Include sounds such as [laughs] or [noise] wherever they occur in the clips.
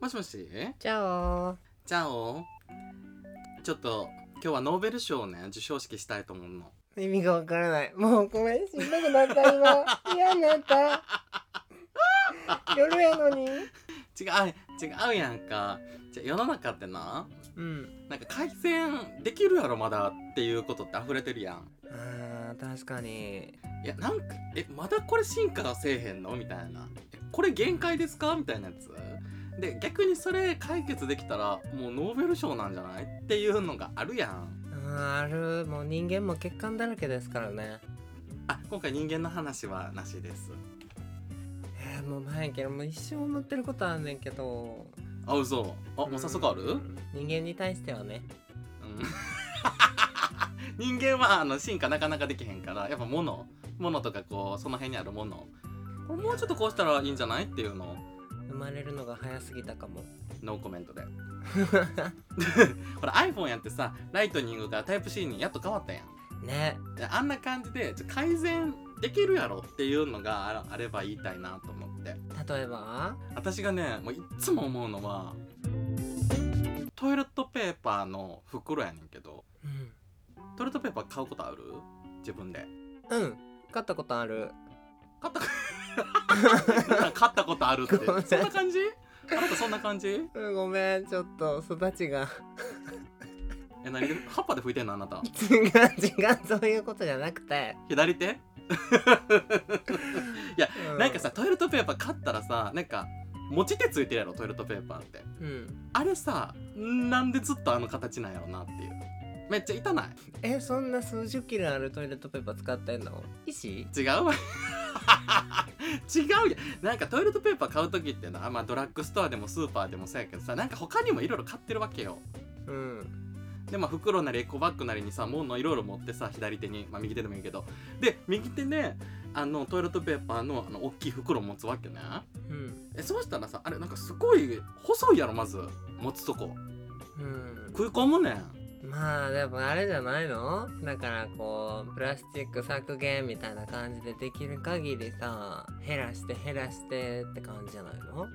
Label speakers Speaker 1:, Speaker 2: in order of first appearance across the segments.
Speaker 1: もしもし
Speaker 2: じゃあ
Speaker 1: じゃあおちょっと今日はノーベル賞をね授賞式したいと思うの
Speaker 2: 意味がわからないもうごめんしんどくなった [laughs] 今嫌になった夜やのに
Speaker 1: 違う違うやんかじゃあ世の中ってな
Speaker 2: うん
Speaker 1: なんか改善できるやろまだっていうことって溢れてるやん
Speaker 2: あー確かに
Speaker 1: いやなんかえまだこれ進化せえへんのみたいなえこれ限界ですかみたいなやつで逆にそれ解決できたらもうノーベル賞なんじゃないっていうのがあるやん
Speaker 2: あーあるもう人間も血管だらけですからね
Speaker 1: あ今回人間の話はなしです
Speaker 2: えー、もう前やけどもう一生思ってることあんねんけど
Speaker 1: あ嘘あもう早速ある、
Speaker 2: うん人間に対してはね
Speaker 1: うん [laughs] 人間はあの進化なかなかできへんからやっぱ物物とかこうその辺にあるものこれもうちょっとこうしたらいいんじゃないっていうのを
Speaker 2: 生まれるのが早すぎたかも
Speaker 1: ノーコメントでほら iPhone やってさライトニングからタイプ C にやっと変わったやん
Speaker 2: ね
Speaker 1: であんな感じでちょ改善できるやろっていうのがあらあれば言いたいなと思って
Speaker 2: 例えば
Speaker 1: 私がねもういっつも思うのはトイレットペーパーの袋やねんけど
Speaker 2: うん
Speaker 1: トイレットペーパー買うことある自分で
Speaker 2: うん買ったことある
Speaker 1: 買った買ったことあるって
Speaker 2: ごめん
Speaker 1: そんな感じあなたそんな感じ
Speaker 2: うんごめんちょっと育ちが
Speaker 1: え何葉っぱで拭いてんのあなた
Speaker 2: 違う違うそういうことじゃなくて、
Speaker 1: 左手
Speaker 2: う
Speaker 1: なんかさトイレットペーパー買ったらさなんか持ち手ついてるやろトイレットペーパーって
Speaker 2: うん
Speaker 1: あれさなんでずっとあの形なんやろなっていうめっちゃ痛ない
Speaker 2: えそんな数十キロあるトイレットペーパー使ってんの石
Speaker 1: 違うわ [laughs] 違うやんなんかトイレットペーパー買う時ってな、まあ、ドラッグストアでもスーパーでもそうやけどさなんか他にもいろいろ買ってるわけよ
Speaker 2: うん
Speaker 1: でまあ袋なりエコバッグなりにさ物いろいろ持ってさ左手に、まあ、右手でもいいけどで右手ねあのトイレットペーパーのあの大きい袋持つわけね
Speaker 2: うん
Speaker 1: えそうしたらさあれなんかすごい細いやろまず持つとこ
Speaker 2: うん
Speaker 1: 食い込むねん
Speaker 2: まあでもあれじゃないのだからこうプラスチック削減みたいな感じでできる限りさ減らして減らしてって感じじゃないの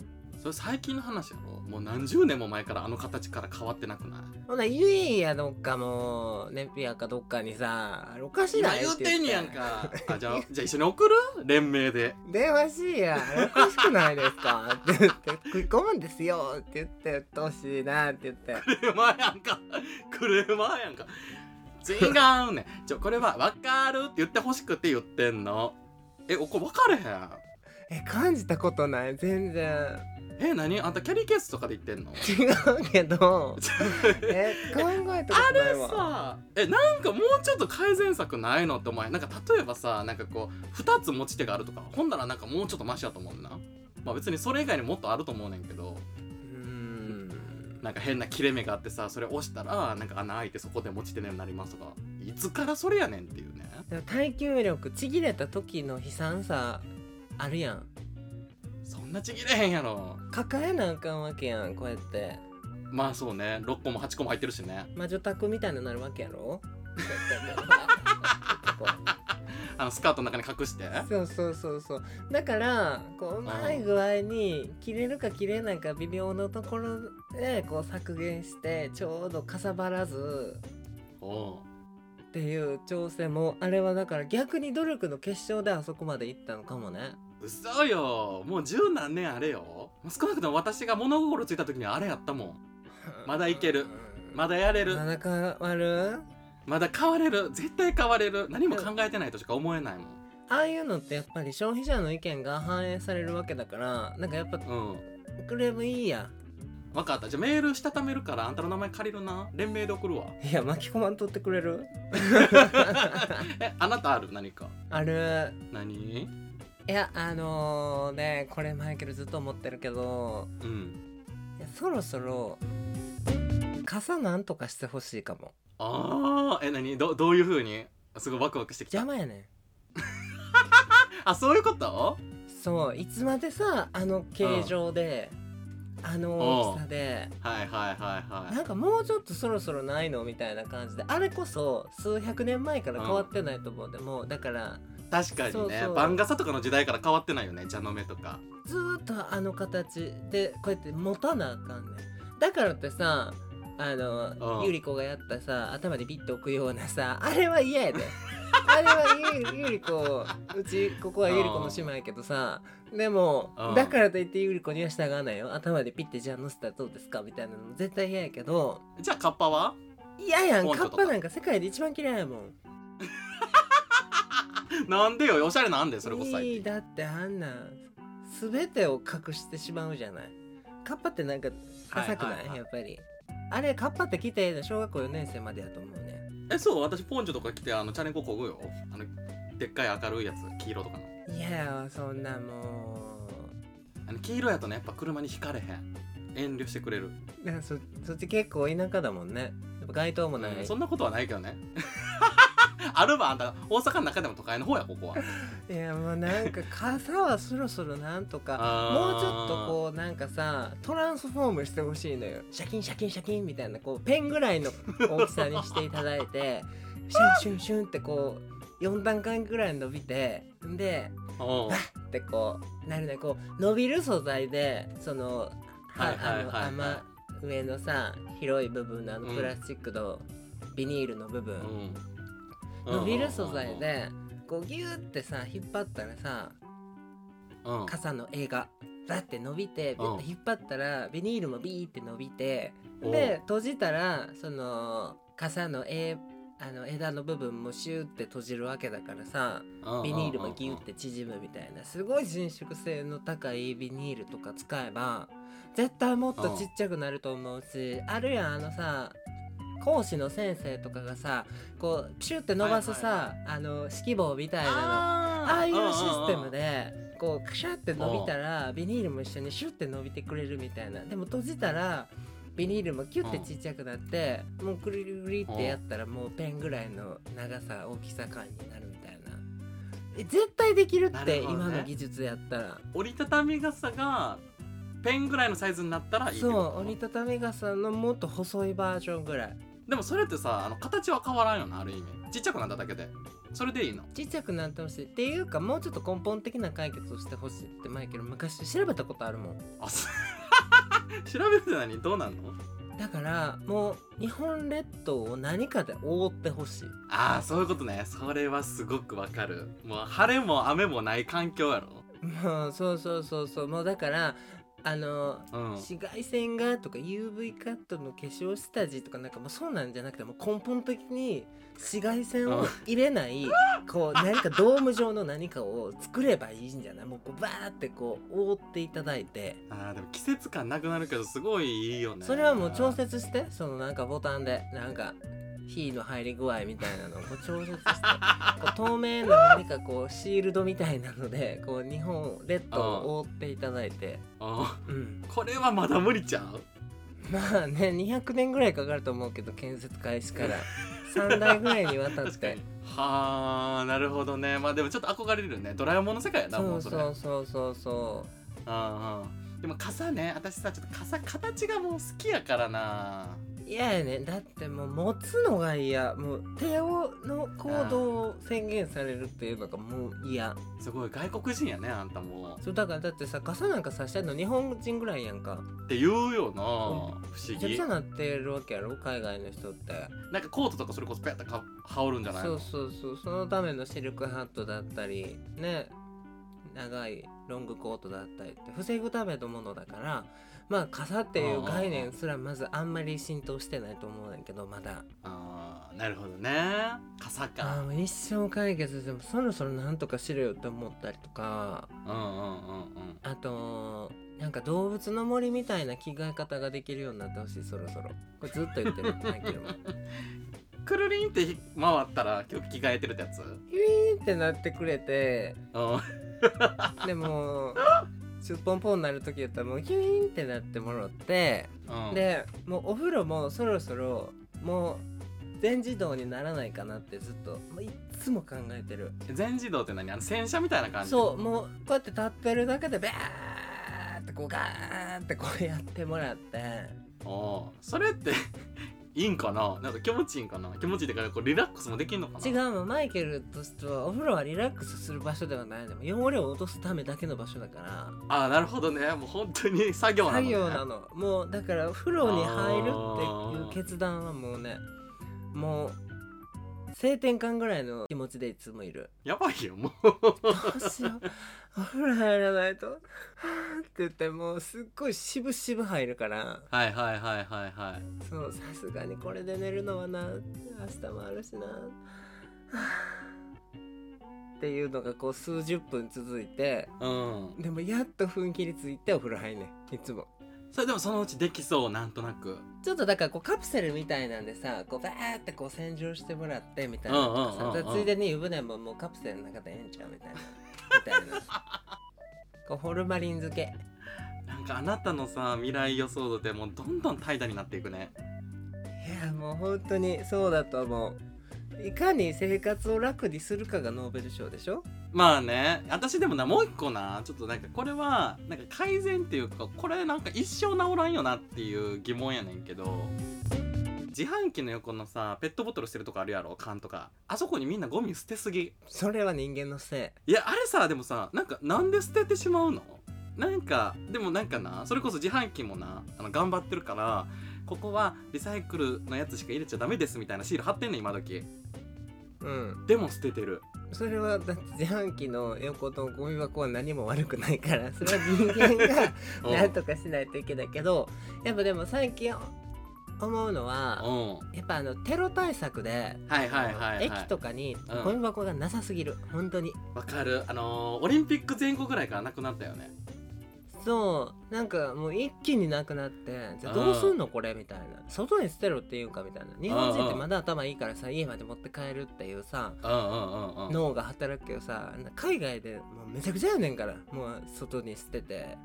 Speaker 1: それ最近の話やろもう何十年も前からあの形から変わってなくない
Speaker 2: ほなゆいやどっかもネピアかどっかにさあれおかし
Speaker 1: 今
Speaker 2: ない
Speaker 1: 言うてんやん
Speaker 2: [laughs]
Speaker 1: かあじゃあじゃあ一緒に送る連名で
Speaker 2: 電話しいやんあれおかしくないですか?」 [laughs] って言って「食い込むんですよ」って言って「うっとうしいな」って言って
Speaker 1: 車やんか車やんか違うねんちょこれは分かるって言ってほしくて言ってんのえおこ分かれへん
Speaker 2: 「え感じたことない全然
Speaker 1: え何あんたキャリーケースとかで言ってんの
Speaker 2: 違うけどえ考えたことないわ
Speaker 1: さあえなんかもうちょっと改善策ないのってお前なんか例えばさなんかこう2つ持ち手があるとかほんならなんかもうちょっとマシやと思うんなまあ別にそれ以外にもっとあると思うねんけど
Speaker 2: うーん
Speaker 1: なんか変な切れ目があってさそれ押したらなんか穴開いてそこで持ち手になりますとかいつからそれやねんっていうね
Speaker 2: でも耐久力ちぎれた時の悲惨さあるやん
Speaker 1: そんなちぎれへんやろ
Speaker 2: 抱えなあかんわけやんこうやって
Speaker 1: まあそうね6個も8個も入ってるしね
Speaker 2: 魔女宅みたいになるわけやろこ [laughs] うやってこう
Speaker 1: あのスカートの中に隠して [laughs]
Speaker 2: そうそうそうそうだからこううまい具合に切れるか切れないか微妙なところでこう削減してちょうどかさばらず
Speaker 1: おう
Speaker 2: っていう調整もあれはだから逆に努力の結晶であそこまでいったのかもね
Speaker 1: 嘘よもう十何年あれよ少なくとも私が物心ついた時にはあれやったもんまだいけるま
Speaker 2: だ
Speaker 1: だやれる
Speaker 2: まだ変わる
Speaker 1: まだ変われる絶対変われる何も考えてないとしか思えないも
Speaker 2: ああいうのってやっぱり消費者の意見が反映されるわけだからなんかやっぱ
Speaker 1: んうん
Speaker 2: クレームいいや
Speaker 1: 分かったじゃあメールしたためるからあんたの名前借りるな連名で送るわ
Speaker 2: いや巻き込まんとってくれる
Speaker 1: えあなたある何か
Speaker 2: ある
Speaker 1: 何
Speaker 2: いやあのねこれマイケルずっと思ってるけど
Speaker 1: うん
Speaker 2: いやそろそろ傘なんとかしてほしいかも
Speaker 1: あーえ何どどういう風にすごいワクワクしてきた
Speaker 2: 邪魔やね
Speaker 1: あそういうこと
Speaker 2: んそういつまでさあの形状であの大きさで
Speaker 1: はいはいはいはい
Speaker 2: なんかもうちょっとそろそろないのみたいな感じであれこそ数百年前から変わってないと思うでもうだから
Speaker 1: 確かにね
Speaker 2: そうそう
Speaker 1: 番傘とかの時代から変わってないよね蛇の目とか
Speaker 2: ずーっとあの形でこうやって持たなあかんねんだからってさあの
Speaker 1: うん
Speaker 2: ゆり子がやったさ頭でビッと置くようなさあれは嫌
Speaker 1: [laughs]
Speaker 2: やであれはゆゆり子うちここはゆり子の姉妹やけどさでも
Speaker 1: うん
Speaker 2: だからといってゆり子には従わないよ頭でピッてじゃあ乗せたらどうですかみたいなのも絶対嫌やけど
Speaker 1: じゃあカッパは
Speaker 2: 嫌やん
Speaker 1: ポンチ
Speaker 2: カ
Speaker 1: ョ
Speaker 2: ッ
Speaker 1: とか
Speaker 2: パなんか世界で一番嫌いやもん
Speaker 1: なんでよおしゃれなんでそれこそ
Speaker 2: いい
Speaker 1: 最近
Speaker 2: だってあんなん全てを隠してしまうじゃないカッパってなんか浅くない,、
Speaker 1: はいはいはい
Speaker 2: やっぱりあれカッパって来て小学校4年生までやと思うね
Speaker 1: えそう私ポンチョとか着てあのチャレンコこぐよあのでっかい明るいやつ黄色とかの
Speaker 2: いややわそんなも
Speaker 1: あの黄色やとねやっぱ車にひかれへん遠慮してくれる、
Speaker 2: うなんかそそっち結構田舎だもんねやっぱ街灯もない、
Speaker 1: うんそんなことはないけどね [laughs] あるわあんた大阪の中でも都会の方やここはい
Speaker 2: やもうなんか傘はそろそろなんとか
Speaker 1: [laughs] あー
Speaker 2: もうちょっとこうなんかさトランスフォームしてほしいのよシャキンシャキンシャキンみたいなこうペンぐらいの大きさにしていただい
Speaker 1: [laughs]
Speaker 2: てシュンシュンシュンってこう4段階ぐらい伸びてんで
Speaker 1: おう
Speaker 2: ってこうなるねこう伸びる素材でそのは
Speaker 1: はいはい
Speaker 2: あ
Speaker 1: はい
Speaker 2: の
Speaker 1: はい
Speaker 2: 甘上のさ広い部分のあの
Speaker 1: うん
Speaker 2: プラスチックのビニールの部分、
Speaker 1: うん
Speaker 2: 伸びる素材でこうギューってさ引っ張ったらさ
Speaker 1: うん
Speaker 2: 傘の絵がだって伸びてビュッて引っ張ったらビニールもビーって伸びて
Speaker 1: おう
Speaker 2: で閉じたらその傘の絵あの枝の部分もシューって閉じるわけだからさ
Speaker 1: うん
Speaker 2: ビニールもギューって縮むみたいなすごい伸縮性の高いビニールとか使えば絶対もっとちっちゃくなると思うしあるやんあのさ講師の先生とかがさこうピシュって伸ばすさあの指揮棒みたいなの
Speaker 1: あー
Speaker 2: ああいうシステムでこうクシャって伸びたらビニールも一緒にシュッて伸びてくれるみたいなでも閉じたらビニールもキュッてちっちゃくなってもうくりくりってやったらもうペンぐらいの長さ大きさ感になるみたいなえ絶対できるっ
Speaker 1: な
Speaker 2: て
Speaker 1: るほどね
Speaker 2: 今の技術やったら
Speaker 1: 折りたたみ傘がペンぐらいのサイズになったらいいってこと
Speaker 2: そう折りたたみ傘のもっと細いバージョンぐらい
Speaker 1: でもそれってさあの形は変わらんよなある意味ちっちゃくなっただけでそれでいいの
Speaker 2: ちっちゃくなってほしいっていうかもうちょっと根本的な解決をしてほしいってマイケル昔調べたことあるもん
Speaker 1: あす [laughs] 調べるって何どうなんの
Speaker 2: だからもう日本列島を何かで覆ってほしい [laughs]
Speaker 1: ああそういうことねそれはすごくわかるもう晴れも雨もない環境やろ
Speaker 2: もうそうそうそうそうもうだからあの、
Speaker 1: うん
Speaker 2: 紫外線がとか UV カットの化粧下地とかなんかもうそうなんじゃなくてもう根本的に紫外線を入れない、こう何かドーム状の何かを作ればいいんじゃないもうこうバーってこう覆っていただいて
Speaker 1: あーでも季節感なくなるけどすごいいいよね
Speaker 2: それはもう調節してそのなんかボタンでなんか火の入り具合みたいなのをこう調節
Speaker 1: [laughs]
Speaker 2: してこう透明の何かこうシールドみたいなのでこう日本列島を覆っていただいて、
Speaker 1: うん
Speaker 2: うん、
Speaker 1: これはまだ無理ちゃう
Speaker 2: まあね200年ぐらいかかると思うけど建設開始から3代ぐらいにわたっ
Speaker 1: 確か
Speaker 2: て
Speaker 1: に。はあなるほどねまあでもちょっと憧れるよねドラえもんの世界やな
Speaker 2: そ
Speaker 1: も
Speaker 2: う
Speaker 1: うそれ
Speaker 2: そうそうそうそ
Speaker 1: うんうんでも傘ね私さちょっと傘形がもう好きやからな
Speaker 2: う嫌やねだってもう持つのが嫌もう手をの行動を宣言されるっていうのがもう嫌
Speaker 1: すごい外国人やねあんたも
Speaker 2: そうだからだってさ傘なんかさしてんの日本人ぐらいやんか
Speaker 1: って言うよな不思
Speaker 2: めちゃく
Speaker 1: 議
Speaker 2: ちゃなってるわけやろ海外の人って
Speaker 1: なんかコートとかそれこそペッとか羽織るんじゃない
Speaker 2: そ
Speaker 1: の
Speaker 2: うそうそうそのためのシルクハットだったりね長いロングコートだったりって防ぐためのものだからまあ傘っていう概念すらまずあんまり浸透してないと思うねんだけどまだ
Speaker 1: あーなるほどね傘
Speaker 2: あー
Speaker 1: か
Speaker 2: もう一生解決してもそろそろなんとかしろよって思ったりとか
Speaker 1: うんうんうんうん
Speaker 2: あとなんか動物の森みたいな着替え方ができるようになってほしいそろそろこれずっと言ってるマイケ
Speaker 1: [laughs]
Speaker 2: ルも
Speaker 1: くるりんって回ったら今日着替えてるってやつうん
Speaker 2: ヒュイーンってなってくれて [laughs] でもすっぽんぽんなる時やったらもうヒュイーンってなってもろって、
Speaker 1: うん
Speaker 2: でもうお風呂もそろそろもう全自動にならないかなってずっともういっつも考えてる
Speaker 1: 全自動って何あの洗車みたいな感じ
Speaker 2: そうもうこうやって立ってるだけでバーってこうガーンってこうやってもらって
Speaker 1: おーそれっていいんかななんか気持ちいいんかな気持ちいいってからこうリラックスもできんのかな
Speaker 2: 違うのマイケルとしてはお風呂はリラックスする場所ではないでも汚れを落とすためだけの場所だから
Speaker 1: ああなるほどねもう本当に作業なの、
Speaker 2: 作
Speaker 1: ね、
Speaker 2: 業なのもうだからお風呂に入るっていう決断はもうねもう晴天間ぐらいの気持ちでいつもいる
Speaker 1: やばいよも
Speaker 2: どうしようお風呂入らないとはぁって言ってもうすっごい渋々入るから
Speaker 1: うはいはいはいはいはい
Speaker 2: そうさすがにこれで寝るのはな明日もあるしなはぁっていうのがこう数十分続いて
Speaker 1: うん
Speaker 2: でもやっと踏ん切りついてお風呂入んねんいつも
Speaker 1: それでもそのうちできそうなんとなく
Speaker 2: ちょっとだからこうカプセルみたいなんでさこうバーってこう洗浄してもらってみたいなのとかさ
Speaker 1: うんうんうんうん
Speaker 2: ついでに湯船ももうカプセルの中でええんちゃうみたい
Speaker 1: [laughs]
Speaker 2: なみたいなこうホルマリン漬け
Speaker 1: なんかあなたのさ未来予想図ってもうどんどん怠惰になっていくね
Speaker 2: いやもう本当にそうだと思ういかに生活を楽にするかがノーベル賞でしょ
Speaker 1: まあね私でもなもう一個なちょっとなんかこれはなんか改善っていうかこれなんか一生治らんよなっていう疑問やねんけど自販機の横のさペットボトルしてるとこあるやろ缶とかあそこにみんなゴミ捨てすぎ
Speaker 2: それは人間のせ
Speaker 1: いやあれさでもさなんかなんで捨ててしまうのなんかでもなんかなそれこそ自販機もなあの頑張ってるからここはリサイクルのやつしか入れちゃダメですみたいなシール貼ってんねん今時
Speaker 2: いうん
Speaker 1: でも捨ててる
Speaker 2: それはだって自販機の横のゴミ箱は何も悪くな
Speaker 1: [laughs]
Speaker 2: いからそれは人間が
Speaker 1: うん
Speaker 2: なんとかしないといけないけどやっぱでも最近思うのは
Speaker 1: うん
Speaker 2: やっぱあのテロ対策で、
Speaker 1: はいはいはい、はい、
Speaker 2: 駅とかに
Speaker 1: うん
Speaker 2: ゴミ箱がなさすぎる、本当に
Speaker 1: わかるあのーオリンピック前後ぐらいからなくなったよね
Speaker 2: そうなんかもう一気になくなってじゃあどうすんのこれみたいな外に捨てろっていうかみたいな日本人ってまだ頭いいからさ家まで持って帰るっていうさ
Speaker 1: うんうんうんうん
Speaker 2: 脳が働くけどさ海外でもうめちゃくちゃやねんからもう外に捨てて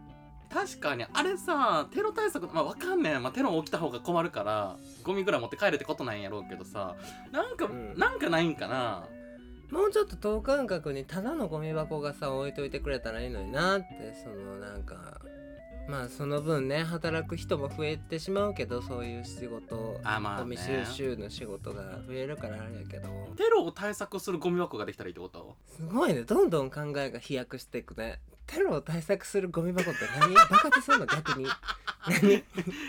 Speaker 1: 確かにあれさテロ対策まあわかんねえ、まあ、テロ起きた方が困るからゴミぐらい持って帰るってことなんやろうけどさなんか、
Speaker 2: うん
Speaker 1: なんかないんかな
Speaker 2: もうちょっと等間隔にただのゴミ箱がさ置いといてくれたらいいのになってそのなんかまあその分ね働く人も増えてしまうけどそういう仕事
Speaker 1: あまあ、
Speaker 2: ゴ
Speaker 1: ね
Speaker 2: ミ、収集の仕事が増えるからあれやけど
Speaker 1: テロを対策するゴミ箱ができたらいいってこと
Speaker 2: すごいねどんどん考えが飛躍していくねテロを対策するゴミ箱って何バカにすんの逆に何
Speaker 1: い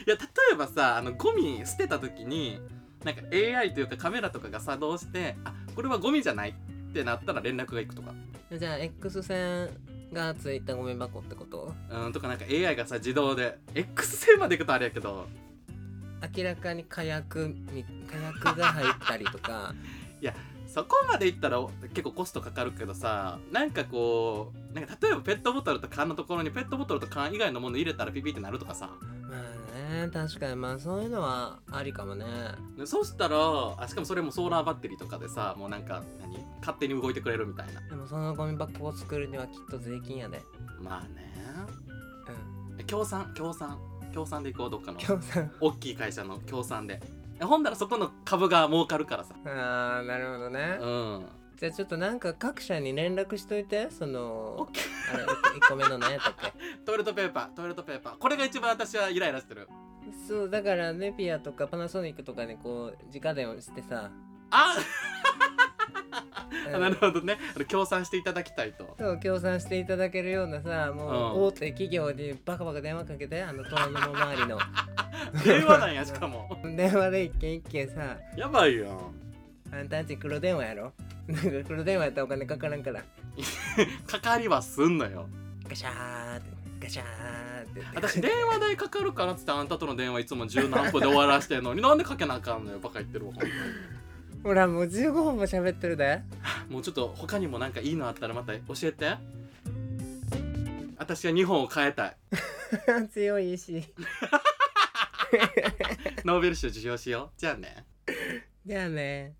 Speaker 1: や例えばさあのゴミ捨てた時になんか AI というかカメラとかが作動してあこれはゴミじゃないってなったら連絡がいくとか
Speaker 2: じゃあ X 線がついたゴミ箱ってこと
Speaker 1: うんとかなんか AI がさ自動で X 線まで行くとあれやけど
Speaker 2: 明らかに火薬み火薬が入ったり
Speaker 1: [laughs]
Speaker 2: とか
Speaker 1: そこまでいったら結構コストかかるけどさなんかこうなんか例えばペットボトルと缶のところにペットボトルと缶以外のもの入れたらピピってなるとかさ
Speaker 2: まあね確かにまあそういうのはありかもね
Speaker 1: でそしたらあしかもそれもソーラーバッテリーとかでさもうなんか何勝手に動いてくれるみたいな
Speaker 2: でもそのゴミ箱を作るにはきっと税金やね
Speaker 1: まあね
Speaker 2: うん
Speaker 1: 協賛協賛協賛で行こうどっかの
Speaker 2: 協賛
Speaker 1: 大きい会社の協賛でえほんだらそこの株が儲かるからさ
Speaker 2: [laughs] ああなるほどね
Speaker 1: うん
Speaker 2: じゃあちょっとなんか各社に連絡しといてそ
Speaker 1: オ
Speaker 2: の
Speaker 1: ッケー
Speaker 2: あれ1個目の何やったっ
Speaker 1: [laughs]
Speaker 2: け
Speaker 1: トイレットペーパートイレットペーパーこれが一番私はイライラしてる
Speaker 2: そうだからネピアとかパナソニックとかにこう直電をしてさ
Speaker 1: あ
Speaker 2: あの
Speaker 1: なるほどね [laughs] あの協賛していただきたいと
Speaker 2: そう協賛していただけるようなさも
Speaker 1: うん
Speaker 2: う大手企業にバカバカ電話かけてあの遠野の周りの
Speaker 1: 電話 [laughs] なんやしかも
Speaker 2: 電話で一件一件さ
Speaker 1: やばいやん
Speaker 2: 「あんたんち黒電話やろ?」 [laughs] なんか黒電話やったらお金かからんから
Speaker 1: かかりはすんのよ
Speaker 2: ガシャーってガシャーって
Speaker 1: 私電話代かかるからっつってあんたとの電話いつも十何分で終わらしてんのになん [laughs] でかけなあかんのよバカ言ってるわほんとに
Speaker 2: ほらもう15分も喋ってるで [laughs]
Speaker 1: もうちょっと他にもなんかいいのあったらまた教えて私は日本を変えたい
Speaker 2: 強いし
Speaker 1: ノーベル賞受賞しようじゃあね
Speaker 2: じゃあね